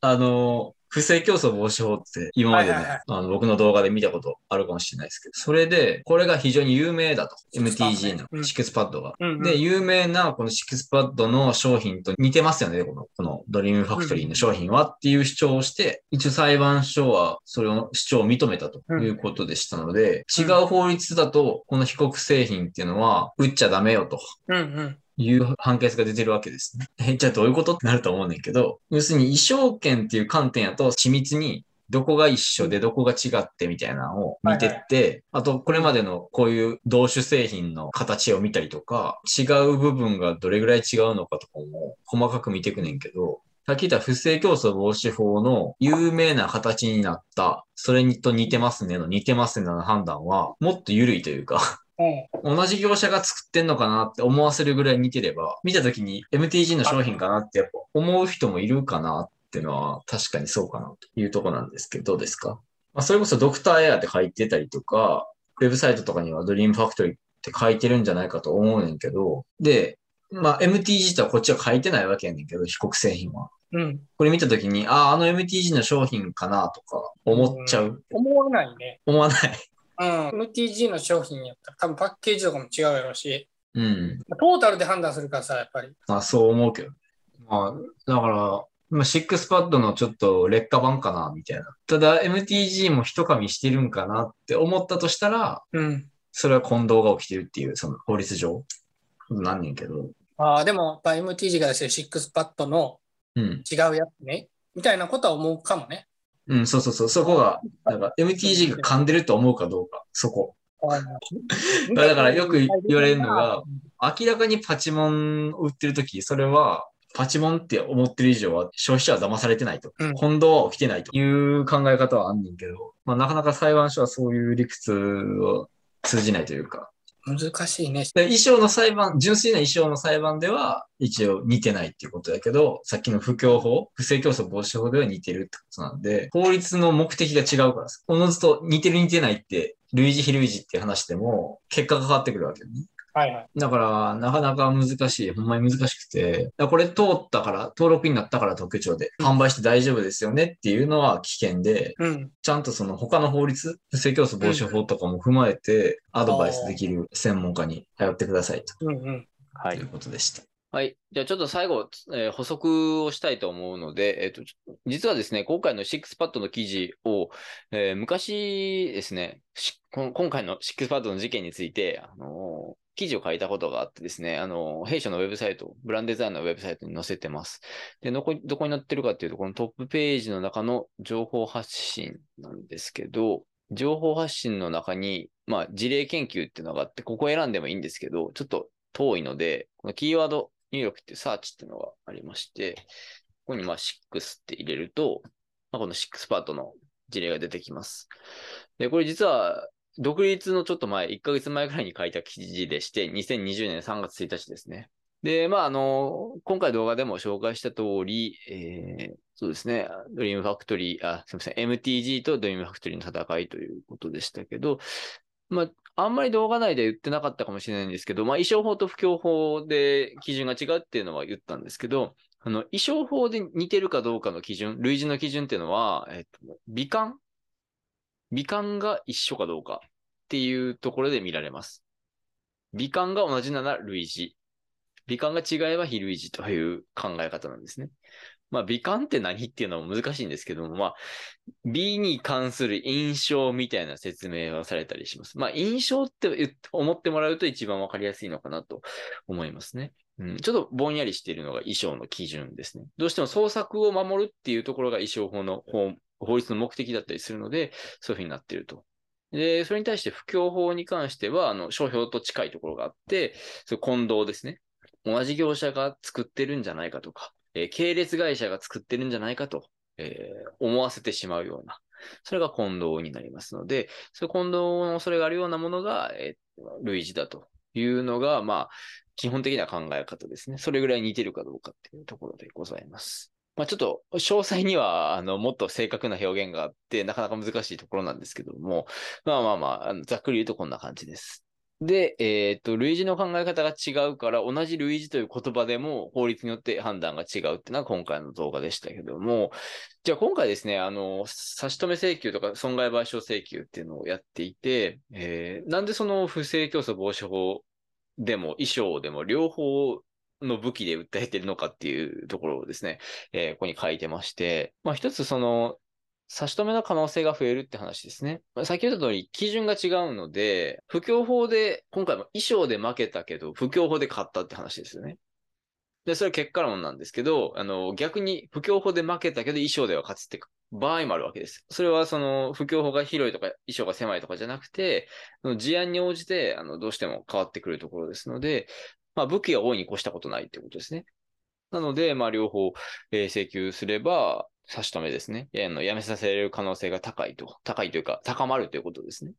Speaker 3: あの、不正競争防止法って今までね、
Speaker 4: はいはいはい
Speaker 3: あの僕の動画で見たことあるかもしれないですけど、それで、これが非常に有名だと。
Speaker 4: シックスパッド
Speaker 3: MTG
Speaker 4: う
Speaker 3: の
Speaker 4: ん
Speaker 3: シックスパッドが。
Speaker 4: うんうん
Speaker 3: で、有名なこのシックスパッドの商品と似てますよね、この、このドリームファクトリーの商品はっていう主張をして、一応裁判所はそれを主張を認めたということでしたので、
Speaker 4: う
Speaker 3: 違
Speaker 4: ん
Speaker 3: う法律だと、この被告製品っていうのは、売っちゃダメよと。
Speaker 4: うんうん。
Speaker 3: いう判決が出てるわけですね。え、じゃあどういうことってなると思うねんだけど、要するに衣装権っていう観点やと緻密にどこが一緒でどこが違ってみたいなのを見てって、あとこれまでのこういう同種製品の形を見たりとか、違う部分がどれぐらい違うのかとかも細かく見てくねんけど、さっき言った不正競争防止法の有名な形になった、それにと似てますねの似てますねの判断は、もっと緩いというか、
Speaker 4: う
Speaker 3: 同じ業者が作ってんのかなって思わせるぐらい似てれば、見た時に MTG の商品かなってやっぱ思う人もいるかなってのは確かにそうかなというとこなんですけど、どうですか、まあ、それこそドクターエアって書いてたりとか、ウェブサイトとかにはドリームファクトリーって書いてるんじゃないかと思うねんけど、で、まあ MTG とはこっちは書いてないわけやねんけど、被告製品は。
Speaker 4: ん。うん。
Speaker 3: これ見た時に、ああ、あの MTG の商品かなとか思っちゃう。
Speaker 4: 思わないね。
Speaker 3: 思わない。
Speaker 4: うん。MTG の商品やったら、多分パッケージとかも違うやろうし、
Speaker 3: うん。
Speaker 4: トータルで判断するからさ、やっぱり。
Speaker 3: まあそう思うけど。まあ、だから、まあ、シックスパッドのちょっと劣化版かな、みたいな。ただ、MTG も一噛みしてるんかなって思ったとしたら、
Speaker 4: うん。
Speaker 3: それは混同が起きてるっていう、その法律上。なんねんけど。
Speaker 4: ああ、でも、やっぱ MTG が出してるシックスパッドの
Speaker 3: うん。
Speaker 4: 違うやつね。みたいなことは思うかも ね。
Speaker 3: うん、そうそうそう。そこが、なんか MTG が噛んでると思うかどうか、そこ。だからよく言われるのが、明らかにパチモンを売ってるとき、それは、パチモンって思ってる以上は消費者は騙されてないと。
Speaker 4: うん
Speaker 3: 混同は起きてないという考え方はあんねんけど、まあ、なかなか裁判所はそういう理屈を通じないというか。
Speaker 4: 難しいね。
Speaker 3: で衣装の裁判、純粋な衣装の裁判では一応似てないっていうことだけど、さっきの不況法、不正競争防止法では似てるってことなんで、法律の目的が違うからです、おのずと似てる似てないって、類似非類似って話でも結果が変わってくるわけよね。
Speaker 4: はいはい。
Speaker 3: だから、なかなか難しい。ほんまに難しくて。だからこれ通ったから、登録になったから特徴で、販売して大丈夫ですよねっていうのは危険で、
Speaker 4: うん。
Speaker 3: ちゃんとその他の法律、不正競争防止法とかも踏まえて、アドバイスできる専門家に頼ってくださいと
Speaker 4: うんうん。
Speaker 2: は
Speaker 3: いう
Speaker 2: い。
Speaker 3: ことでした。
Speaker 8: はい。じゃあちょっと最後、えー補足をしたいと思うので、えっ、と、ちょ実はですね、今回のシックスパッドの記事を、えー昔ですね、しこの今回のシックスパッドの事件について、あのー記事を書いたことがあってですね、あのー弊社のウェブサイト、ブランデザインのウェブサイトに載せてます。で、どこどこに載ってるかっていうと、このトップページの中の情報発信なんですけど、情報発信の中に、まあ、事例研究っていうのがあって、ここ選んでもいいんですけど、ちょっと遠いので、このキーワード入力ってサーチっていうのがありまして、ここにまあ6って入れると、まあ、この6パートの事例が出てきます。で、これ実は、独立のちょっと前、1ヶ月前ぐらいに書いた記事でして、2020年3月1日ですね。で、まあ、あの、今回動画でも紹介した通り、えーそうですね、ドリームファクトリー、あ、すみません、MTG とドリームファクトリーの戦いということでしたけど、まあ、あんまり動画内で言ってなかったかもしれないんですけど、まあ、衣装法と不況法で基準が違うっていうのは言ったんですけど、あの衣装法で似てるかどうかの基準、類似の基準っていうのは、えっと、美観美観が一緒かどうかっていうところで見られます。美観が同じなら類似。美観が違えば非類似という考え方なんですね。まあ、美観って何っていうのも難しいんですけども、まあ、美に関する印象みたいな説明はされたりします。まあ、印象って言って思ってもらうと一番わかりやすいのかなと思いますね。うん、ちょっとぼんやりしているのが衣装の基準ですね。どうしても創作を守るっていうところが衣装法の法法律の目的だったりするので、そういうふうになっていると。で、それに対して不況法に関しては、あの、商標と近いところがあって、それ混同ですね。同じ業者が作ってるんじゃないかとか、えー系列会社が作ってるんじゃないかと、えー思わせてしまうような、
Speaker 3: それが混同になりますので、それ混同の恐れがあるようなものが、えー類似だというのが、まあ、基本的な考え方ですね。それぐらい似てるかどうかっていうところでございます。まあ、ちょっと、詳細には、あの、もっと正確な表現があって、なかなか難しいところなんですけども、まあまあまああの、ざっくり言うとこんな感じです。で、えっ、と、類似の考え方が違うから、同じ類似という言葉でも法律によって判断が違うっていうのが今回の動画でしたけども、じゃあ今回ですね、あの、差し止め請求とか損害賠償請求っていうのをやっていて、えーなんでその不正競争防止法でも衣装でも両方の武器で訴えてるのかっていうところをですね、えーここに書いてまして、まあ一つその差し止めの可能性が増えるって話ですね。まあ先ほどの通り、基準が違うので、不況法で、今回も衣装で負けたけど、不況法で勝ったって話ですよね。で、それ結果論なんですけど、あの、逆に不況法で負けたけど、衣装では勝つって場合もあるわけです。それはその、不況法が広いとか、衣装が狭いとかじゃなくて、その事案に応じて、あの、どうしても変わってくるところですので、まあ、武器が多いに越したことないってことですね。なので、まあ、両方、えー請求すれば、差し止めですね。えーあのやめさせられる可能性が高いと。高いというか、高まるということですね。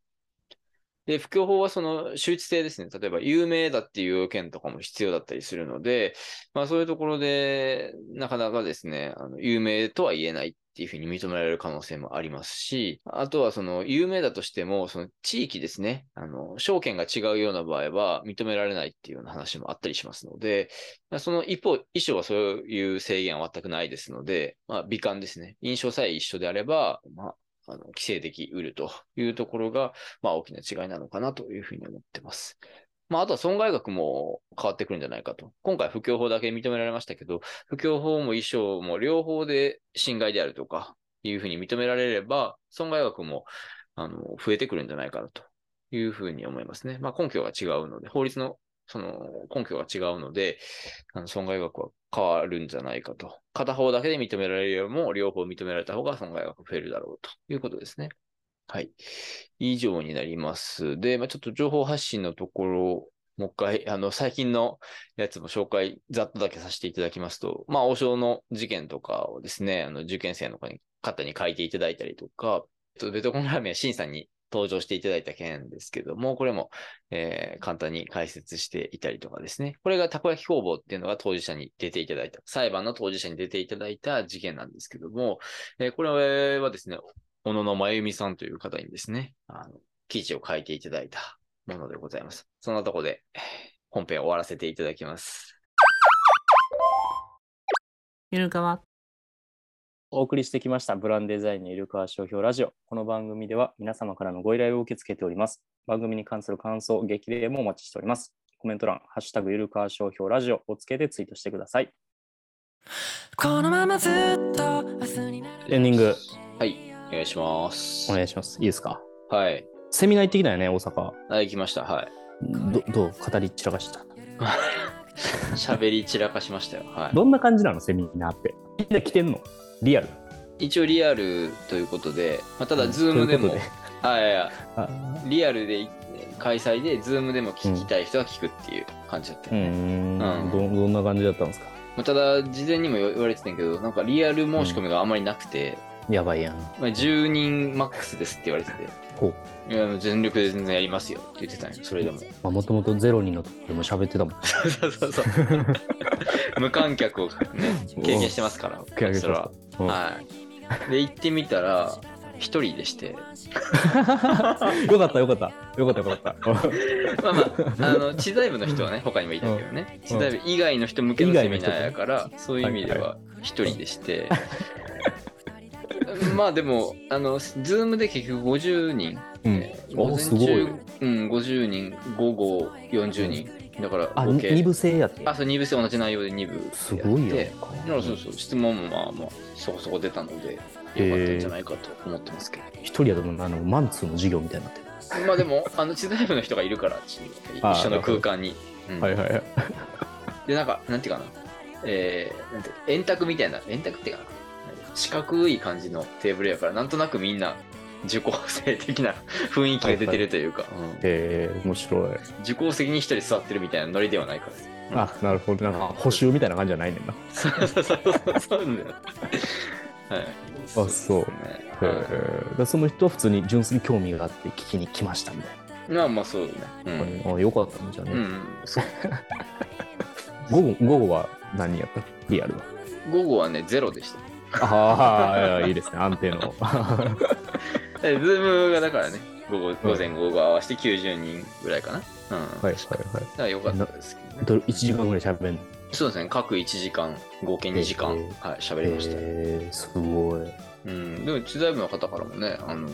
Speaker 3: で、不況法はその周知性ですね。例えば、有名だっていう要件とかも必要だったりするので、まあそういうところで、なかなかですね、あの有名とは言えないっていうふうに認められる可能性もありますし、あとはその有名だとしても、その地域ですね、あの、証券が違うような場合は認められないっていうような話もあったりしますので、まあその一方、衣装はそういう制限は全くないですので、まあ、美観ですね。印象さえ一緒であれば、まあ、あの規制できうるというところが、まあ、大きな違いなのかなというふうに思ってます。まあ、あとは損害額も変わってくるんじゃないかと。今回、不況法だけ認められましたけど、不況法も衣装も両方で侵害であるとか、いうふうに認められれば、損害額もあの増えてくるんじゃないかなというふうに思いますね。まあ、根拠が違うので、法律のその根拠が違うので、あの損害額は変わるんじゃないかと。片方だけで認められるよりも、両方認められた方が損害額増えるだろうということですね。はい。以上になります。で、まあ、ちょっと情報発信のところ、もう一回、あの、最近のやつも紹介、ざっとだけさせていただきますと、まあ、王将の事件とかをですね、あの、受験生の方に方に書いていただいたりとか、えっとベトコンラーメンはシンさんに登場していただいた件ですけども、これもえー簡単に解説していたりとかですね。これがたこ焼き工房っていうのが当事者に出ていただいた、裁判の当事者に出ていただいた事件なんですけども、えーこれはですね、小野の真由美さんという方にですね、あの記事を書いていただいたものでございます。そんなとこでえー本編を終わらせていただきます。
Speaker 6: ゆるかわ
Speaker 2: お送りしてきましたブランデザインのゆるかわ商標ラジオ。この番組では皆様からのご依頼を受け付けております。番組に関する感想、激励もお待ちしております。コメント欄、ハッシュタグゆるかわ商標ラジオをつけてツイートしてください。
Speaker 6: このままずっと明日になる
Speaker 2: エンディング
Speaker 3: はい、お願いします。
Speaker 2: お願いします。いいですか
Speaker 3: はい、
Speaker 2: セミナー行ってきたよね、大阪。
Speaker 3: はい、来ました。はい。
Speaker 2: どどう語り散らかした。
Speaker 3: 喋り散らかしましたよ。はい。
Speaker 2: どんな感じなの、セミナーって。みんな来てんのリアル。
Speaker 3: 一応リアルということで、まあ、ただ、ズームでも、
Speaker 2: という
Speaker 3: あいやいや、
Speaker 2: ことであ
Speaker 3: リアルで開催で、ズームでも聞きたい人は聞くっていう感じだった
Speaker 2: う
Speaker 3: よね。
Speaker 2: ー
Speaker 3: うん
Speaker 2: んどどんな感じだったんですか
Speaker 3: まあ、ただ、事前にも言われてたんやけど、なんかリアル申し込みがあんまりなくて、
Speaker 2: やばいやん。
Speaker 3: まあ、10人マックスですって言われて
Speaker 2: ほう
Speaker 3: て、いや全力で全然やりますよって言ってたんよ、それでも。
Speaker 2: まあ、もともとゼロ人のとこでも喋ってたもん。
Speaker 3: そうそうそう。無観客を、ね、 経験してますから、
Speaker 2: 経験し
Speaker 3: そ
Speaker 2: て
Speaker 3: れは
Speaker 2: ま。うん
Speaker 3: はい。で、行ってみたら、一人でして、
Speaker 2: よかったよかった。よかったよかった。
Speaker 3: まあま あ、あの、知財部の人はね、他にもいたけどね、知財部以外の人向けの
Speaker 2: 以外
Speaker 3: セ
Speaker 2: の
Speaker 3: ミ
Speaker 2: 人
Speaker 3: ナーやから、そういう意味で
Speaker 2: は
Speaker 3: は一人でして、 まあでも、あの、ズームで結局50人、
Speaker 2: うん。おすごい。
Speaker 3: うん、50人、午後40人、だから
Speaker 2: あ、
Speaker 3: 合
Speaker 2: に二
Speaker 3: 計、
Speaker 2: 部制やって
Speaker 3: あ、。そう、2部制同じ内容で2部。
Speaker 2: すごいよ
Speaker 3: で。そうそう、質問もまあまあ、そこそこ出たので、よかったんじゃないかと思ってますけど。
Speaker 2: 一人やとあのマンツーの授業みたいになってる。
Speaker 3: まあでも、あの、知財部の人がいるから、一
Speaker 2: あー
Speaker 3: 緒の空間に。うん
Speaker 2: はいはいはい。
Speaker 3: で、なんか、なんていうかな、えー、なんて、円卓みたいな、円卓っていうかな、四角い感じのテーブルやから、なんとなくみんな、受講生的な 雰囲気が出てるというか、うん
Speaker 2: えー、面白い。
Speaker 3: 受講席に一人座ってるみたいなノリではないから。
Speaker 2: あ、なるほど。なんか補習みたいな感じじゃないねんな。
Speaker 3: そうそうそうそうなんだよ。はい。
Speaker 2: あそう
Speaker 3: ね
Speaker 2: へーでその人は普通に純粋に興味があって聞きに来ましたみたい
Speaker 3: まあまあそうだ
Speaker 2: な、
Speaker 3: ね。
Speaker 2: あよかったねじゃあ
Speaker 3: う
Speaker 2: ね、
Speaker 3: ん。うん、そう
Speaker 2: 午後午後は何やったリ アルは
Speaker 3: 午後はね、ゼロでした。
Speaker 2: ああいいですね安定の
Speaker 3: えズームがだからね、午後
Speaker 2: うん
Speaker 3: 午前午後合わせて90人ぐらいかな。うん。
Speaker 2: はいはい
Speaker 3: だ
Speaker 2: はい
Speaker 3: からよかったですけどね。
Speaker 2: どれ1時間ぐらい喋んの
Speaker 3: そうですね、各1時間、合計2時間、は
Speaker 2: へ
Speaker 3: い
Speaker 2: ー、
Speaker 3: 喋りました。
Speaker 2: えー、すごい
Speaker 3: うん、でも、知財部の方からもね、あの、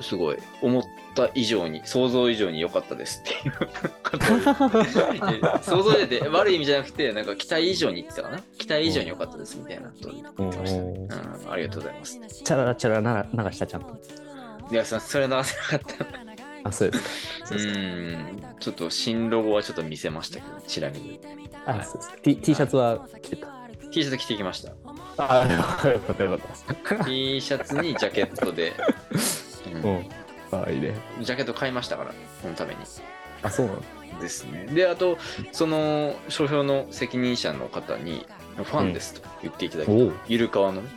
Speaker 3: すごい、思った以上に、想像以上に良かったですっていう 方をえ想像でて、悪い意味じゃなくて、なんか期待以上に言ってたかな期待以上に良かったですみたいなことを言ってましたね。うん、ありがとうございます。
Speaker 2: チャラチャラな流したちゃんと
Speaker 3: いや、そそれ流せなかった。
Speaker 2: あそうですか
Speaker 3: うん、ちょっと新ロゴはちょっと見せましたけど、ちなみに。
Speaker 2: あそうですか T, T シャツは着てた
Speaker 3: T シャツ着てきました。
Speaker 2: あよかったよかった
Speaker 3: T シャツにジャケットで、
Speaker 2: う
Speaker 3: うん
Speaker 2: ああいいね
Speaker 3: ん、ジャケット買いましたから、このために。
Speaker 2: あそうなの
Speaker 3: ですね。で、あと、その、書評の責任者の方に、ファンですと言っていただき、
Speaker 2: おう
Speaker 3: ゆるかわのね、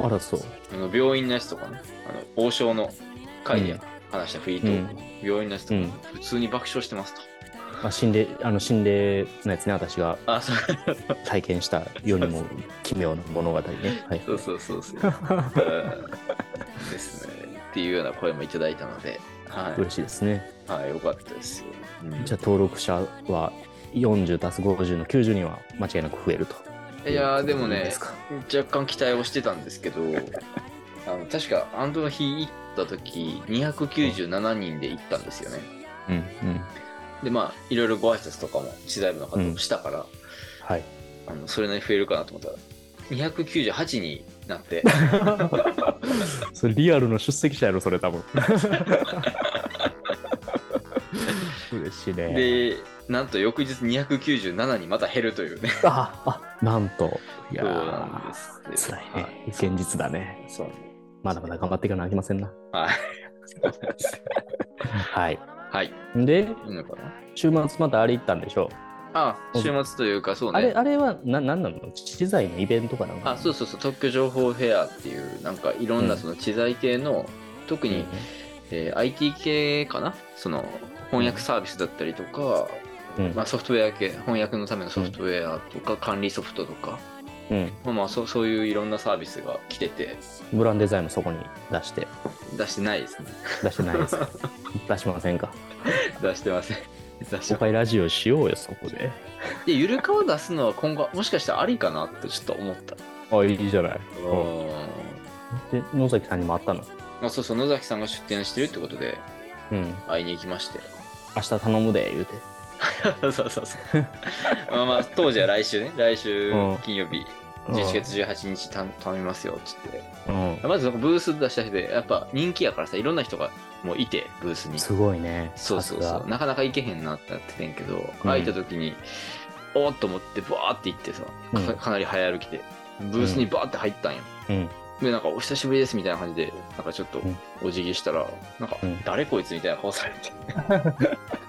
Speaker 2: あらそう
Speaker 3: あの病院のやつとかね、あの王将の会で話したフリートークの病院のやつとか、
Speaker 2: うん
Speaker 3: 普通に爆笑してますと。
Speaker 2: あ心霊あの心霊のやつね私が
Speaker 3: あ、そう
Speaker 2: 体験した世にも奇妙な物語ねはい
Speaker 3: そうそうそう そう。うんですね。っていうような声もいただいたので、は
Speaker 2: 嬉しいですね
Speaker 3: い、はい、よかったですよ。うん
Speaker 2: じゃあ登録者は40足す50の90人は間違いなく増えると
Speaker 3: いやーでも
Speaker 2: いい
Speaker 3: ね
Speaker 2: ですか
Speaker 3: 若干期待をしてたんですけ どあの確かアンドの日行った時297人で行ったんですよね
Speaker 2: うんうん
Speaker 3: でまあいろいろご挨拶とかも知財部の方もしたから、
Speaker 2: はい
Speaker 3: あのそれなりに増えるかなと思ったら298になって
Speaker 2: それリアルの出席者やろそれ多 分嬉しいね
Speaker 3: でなんと翌日297にまた減るというね
Speaker 2: ああなんとい
Speaker 3: そうなん
Speaker 2: や
Speaker 3: で
Speaker 2: ー
Speaker 3: す
Speaker 2: 辛い
Speaker 3: は
Speaker 2: ね現実だね
Speaker 3: そう
Speaker 2: まだまだ頑張っていかなあきませんな
Speaker 3: はい
Speaker 2: はい
Speaker 3: はい
Speaker 2: で
Speaker 3: いいのかな
Speaker 2: 週末またあれ行ったんでしょ
Speaker 3: あ週末というかそうね
Speaker 2: あれあれはな何なの知財のイベントかなんか
Speaker 3: あそうそうそう特許情報フェアっていうなんかいろんな
Speaker 2: うん
Speaker 3: その知財系の、特
Speaker 2: うん
Speaker 3: に、えー IT 系かなその翻訳サービスだったりとか、
Speaker 2: うん
Speaker 3: まあ、ソフトウェア系翻訳のためのソフトウェアとか、管理ソフトとか、
Speaker 2: うん
Speaker 3: まあ、まあそうそういういろんなサービスが来てて
Speaker 2: ブランデザインもそこに出して
Speaker 3: 出してないですね
Speaker 2: 出してないですか出しませんか
Speaker 3: 出してません 出してませ
Speaker 2: 公
Speaker 3: ん
Speaker 2: 開ラジオしようよそこで
Speaker 3: でゆるかわ出すのは今後もしかしたらありかなってちょっと思った
Speaker 2: あいいじゃない
Speaker 3: うん
Speaker 2: で野崎さんにもあったの
Speaker 3: まあ、そうそう野崎さんが出店してるってことで
Speaker 2: うん
Speaker 3: 会いに行きまして
Speaker 2: 明日頼むで言うて
Speaker 3: そうそうそう まあまあ当時は来週ね来週
Speaker 2: うん
Speaker 3: 金曜日11月18日た頼みますよっつって
Speaker 2: うん
Speaker 3: まずブース出した人でやっぱ人気やからさいろんな人がもういてブースに
Speaker 2: すごいね
Speaker 3: そうそう
Speaker 2: さ
Speaker 3: そ
Speaker 2: す
Speaker 3: う
Speaker 2: が
Speaker 3: なかなか行けへんなってなっててんけど、開いた時におーっと思ってバーって行ってさか,、
Speaker 2: うん
Speaker 3: なり早歩きでブースにバーって入ったんや、
Speaker 2: うん
Speaker 3: でなんか「お久しぶりです」みたいな感じでなんかちょっと
Speaker 2: うん
Speaker 3: お辞儀したら、なんか
Speaker 2: うん
Speaker 3: 「誰こいつ」みたいな顔されて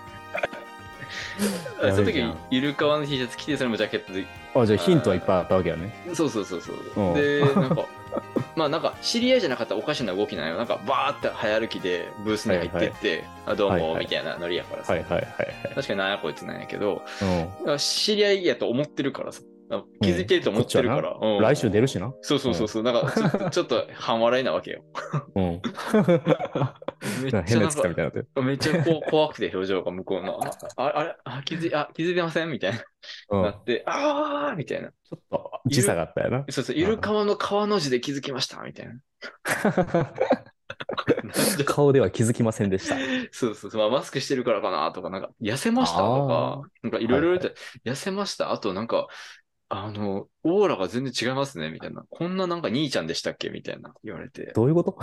Speaker 3: その
Speaker 2: やべえ
Speaker 3: 時
Speaker 2: じゃん
Speaker 3: にゆるかわの T シャツ着てそれもジャケットで
Speaker 2: あじゃあヒントはいっぱいあったわけやね
Speaker 3: そうそうそうそう
Speaker 2: うん
Speaker 3: でなんか まあなんか知り合いじゃなかったらおかしな動きなんよなんかバーって早歩きでブースに入ってって「あどう
Speaker 2: はい
Speaker 3: も」
Speaker 2: はい
Speaker 3: みたいなノリやからさ、
Speaker 2: はいはいはい
Speaker 3: 確かになんやこいつなんやけど
Speaker 2: はい、
Speaker 3: 知り合いやと思ってるからさ気づいてると思ってるから、う
Speaker 2: う
Speaker 3: ん
Speaker 2: ん、来週出るしな
Speaker 3: そうそうそうそうなんかちょっとちょっと半笑いなわ けよ
Speaker 2: うん
Speaker 3: めっ
Speaker 2: なん
Speaker 3: ち
Speaker 2: か
Speaker 3: ゃ
Speaker 2: 変な
Speaker 3: な
Speaker 2: や
Speaker 3: ん
Speaker 2: つ来たみ
Speaker 3: か
Speaker 2: たいになって
Speaker 3: めっちゃこう怖くて表情が向こうのあああれあ気づいあ気づいてませんみたいな、
Speaker 2: うん
Speaker 3: なってああみたいな
Speaker 2: ちょっと時差があったやな
Speaker 3: そうそうイルカワの川の字で気づきましたみたい ななんで
Speaker 2: 顔では気づきませんでした
Speaker 3: そうそうそう、まあ、マスクしてるからかなとか、なんか、痩せましたと
Speaker 2: あ
Speaker 3: か、なんかいろいろ言って、痩せました、あとなんか、あの、オーラが全然違いますね、みたいな。こんななんか兄ちゃんでしたっけみたいな言われて、
Speaker 2: どういうこと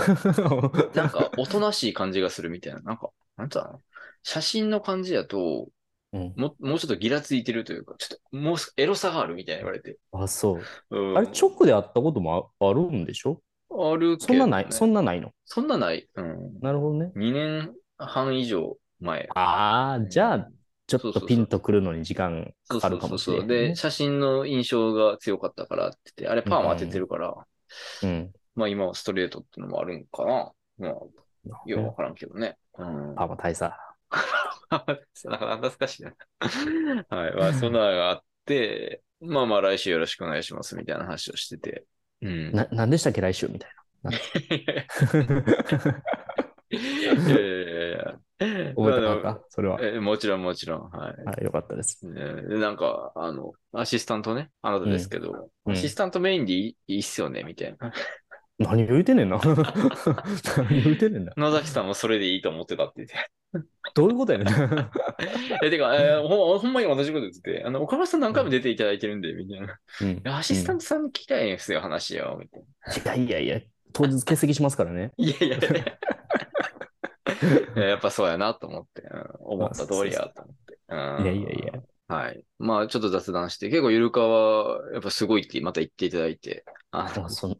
Speaker 3: なんか、おとなしい感じがするみたいな。なんか、なんつうの写真の感じだと、
Speaker 2: うん、
Speaker 3: ももうちょっとギラついてるというか、ちょっと、もうすエロさがあるみたいな言われて。
Speaker 2: あそう
Speaker 3: うん
Speaker 2: あれ直で会ったこともああるんでしょ
Speaker 3: あるけ
Speaker 2: そ
Speaker 3: ど
Speaker 2: ん
Speaker 3: ね
Speaker 2: なない、そんなないの
Speaker 3: そんなない。うん。
Speaker 2: なるほどね
Speaker 3: 2年半以上前。
Speaker 2: ああじゃあちょ
Speaker 3: そう
Speaker 2: っ
Speaker 3: そう
Speaker 2: と
Speaker 3: そう
Speaker 2: ピンとくるのに時間かかるかもしれない、
Speaker 3: で、写真の印象が強かったからって言って、あれパーマ当ててるから、
Speaker 2: うん
Speaker 3: まあ今はストレートってのもあるんかな。まあ、ようわからんけどね。うん。
Speaker 2: パーマ大佐。
Speaker 3: 懐かしいな。はい。まあ、そんなのがあって、まあまあ来週よろしくお願いしますみたいな話をしてて。うん。
Speaker 2: な、なんでしたっけ、来週みたいな。
Speaker 3: いやいやいや。
Speaker 2: 覚えてな
Speaker 3: ま
Speaker 2: か
Speaker 3: あ
Speaker 2: ったそれは。
Speaker 3: えもちろんもちろん。はい。
Speaker 2: はい、よかったです。
Speaker 3: ねで、なんか、あの、アシスタントね、あなたですけど、
Speaker 2: うん
Speaker 3: アシスタントメインでいいいいっすよね、みたい な。
Speaker 2: 何を言うて んねんな。何を言うてんねんな。
Speaker 3: 野崎さんもそれでいいと思ってたって言って。
Speaker 2: どういうことやねんな。
Speaker 3: え、てか、えーほんほんまに同じこと言ってて、あの、岡村さん何回も出ていただいてるんで、みたいな。
Speaker 2: うん
Speaker 3: アシスタントさんに聞きたいんですよ、話よ、みたいな。
Speaker 2: うんいやいやいや、当日欠席しますからね。
Speaker 3: いやいやいやいや。やっぱそうやなと思って、うん思った通りやと思って。うん
Speaker 2: いやいやいや。
Speaker 3: はい。まあ、ちょっと雑談して、結構ゆるかは、やっぱすごいって、また言っていただいて。あの
Speaker 2: あそん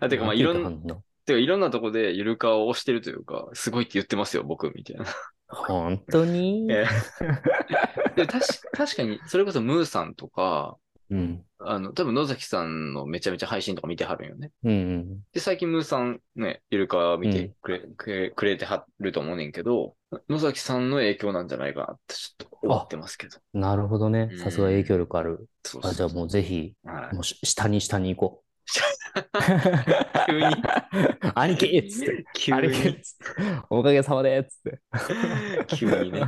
Speaker 3: あてか、まあ、いろん
Speaker 2: な
Speaker 3: な、
Speaker 2: んていうか
Speaker 3: てかいろんなとこでゆるかを押してるというか、すごいって言ってますよ、僕、みたいな。
Speaker 2: 本当に。
Speaker 3: えで確 確かに、それこそムーさんとか、
Speaker 2: うん。
Speaker 3: あの、多分野崎さんのめちゃめちゃ配信とか見てはるんよね。
Speaker 2: うんうん。
Speaker 3: で、最近ムーさんね、ゆるか見てくれ,、くれくれてはると思うねんけど、野崎さんの影響なんじゃないかなってちょっと思ってますけど。
Speaker 2: なるほどね
Speaker 3: う。ん
Speaker 2: さすが影響力ある。
Speaker 3: そう
Speaker 2: あじゃあもうぜひ、
Speaker 3: う。はい
Speaker 2: もうし下に下に行こう。
Speaker 3: 急 に。
Speaker 2: 兄貴っつって。
Speaker 3: 急
Speaker 2: 兄貴っつって。おかげさまでっつって。
Speaker 3: に。急に ね。。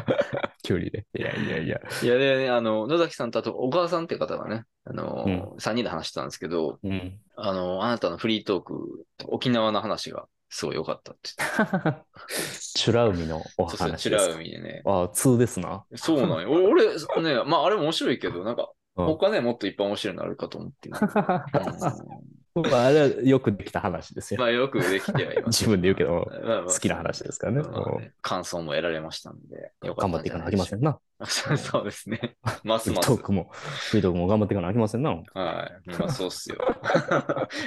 Speaker 2: 距離で。いやいや いや。
Speaker 3: いや、で、あの、野崎さんとあと、小川さんっていう方がね、あの、三3人で話してたんですけど、
Speaker 2: うん。
Speaker 3: あの、あなたのフリートーク、沖縄の話がすごい良かったって言って
Speaker 2: チュラ海のお
Speaker 3: た。そうそう、
Speaker 2: 話
Speaker 3: チ
Speaker 2: です
Speaker 3: ラ
Speaker 2: か。
Speaker 3: 海でね。
Speaker 2: ああ、通ですな。
Speaker 3: そうなん よ。俺、俺、ね、まあ、あれも面白いけど、なんか、
Speaker 2: うん
Speaker 3: 他ね、もっといっぱい面白いのあるかと思って。
Speaker 2: まあ、あれはよくできた話です
Speaker 3: うん
Speaker 2: よ。
Speaker 3: まあ、よくできてはいます。
Speaker 2: 自分で言うけど
Speaker 3: まあまあ
Speaker 2: 好きな話ですからね。
Speaker 3: まあね感想も得られましたんで、よか
Speaker 2: 頑張
Speaker 3: た
Speaker 2: っ
Speaker 3: ん
Speaker 2: て
Speaker 3: じゃ
Speaker 2: いかな
Speaker 3: な
Speaker 2: あ
Speaker 3: いでし
Speaker 2: きま
Speaker 3: ょ
Speaker 2: せんな。
Speaker 3: うか。そう そうですね。ます
Speaker 2: フリ
Speaker 3: ま
Speaker 2: ー
Speaker 3: す
Speaker 2: ト。ークも、フリートークも頑張っていかなあきませんな。
Speaker 3: はい。まあ、そうっすよ。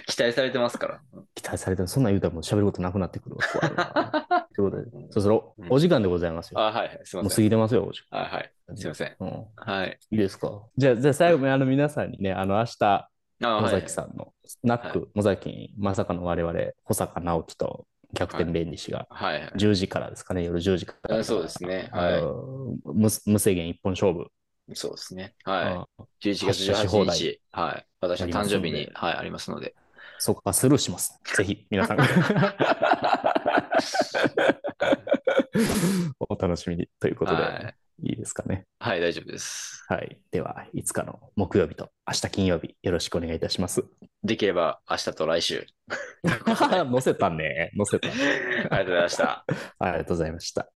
Speaker 3: 期待されてます から。
Speaker 2: 期待されてる、そんなん言うたらもう喋ることなくなっ てくるわ。ということで
Speaker 3: う、ん
Speaker 2: そろそろ
Speaker 3: うん
Speaker 2: お時間でございます
Speaker 3: あ、
Speaker 2: よ。
Speaker 3: はいはい。すい
Speaker 2: も
Speaker 3: ま
Speaker 2: う過
Speaker 3: せん。
Speaker 2: ぎてますよ、お時
Speaker 3: はいはい。すいません。
Speaker 2: 間。うん
Speaker 3: はい。
Speaker 2: いいですかじゃあ、じゃあ最後にあの皆さんにね、あの明日、
Speaker 3: あ、
Speaker 2: 野
Speaker 3: はい
Speaker 2: 崎。さんの、ナック、野崎、まさかの我々、保坂直樹と逆転弁理士が
Speaker 3: はいはい。
Speaker 2: 10時からですかね、夜10時か
Speaker 3: あ
Speaker 2: ら。
Speaker 3: そうですね。
Speaker 2: あ
Speaker 3: は
Speaker 2: の無無制限一本勝負。
Speaker 3: い。そうですね。は
Speaker 2: あ
Speaker 3: い。11月
Speaker 2: 発射し放
Speaker 3: 18
Speaker 2: 題
Speaker 3: 日。はい。私の誕生日
Speaker 2: あり
Speaker 3: に
Speaker 2: ま、
Speaker 3: はい、ありますので。
Speaker 2: そこはスルー します。ぜひ、皆さん。 お楽しみにということで、、
Speaker 3: はい
Speaker 2: いですかね。
Speaker 3: い。はい、大丈夫です。
Speaker 2: はい。では、いつかの木曜日と明日金曜日、よろしくお願いいた します。
Speaker 3: できれば明日と来週。
Speaker 2: 載せたね。載せ
Speaker 3: あ
Speaker 2: た。
Speaker 3: りがとうございました。
Speaker 2: ありがとうございました。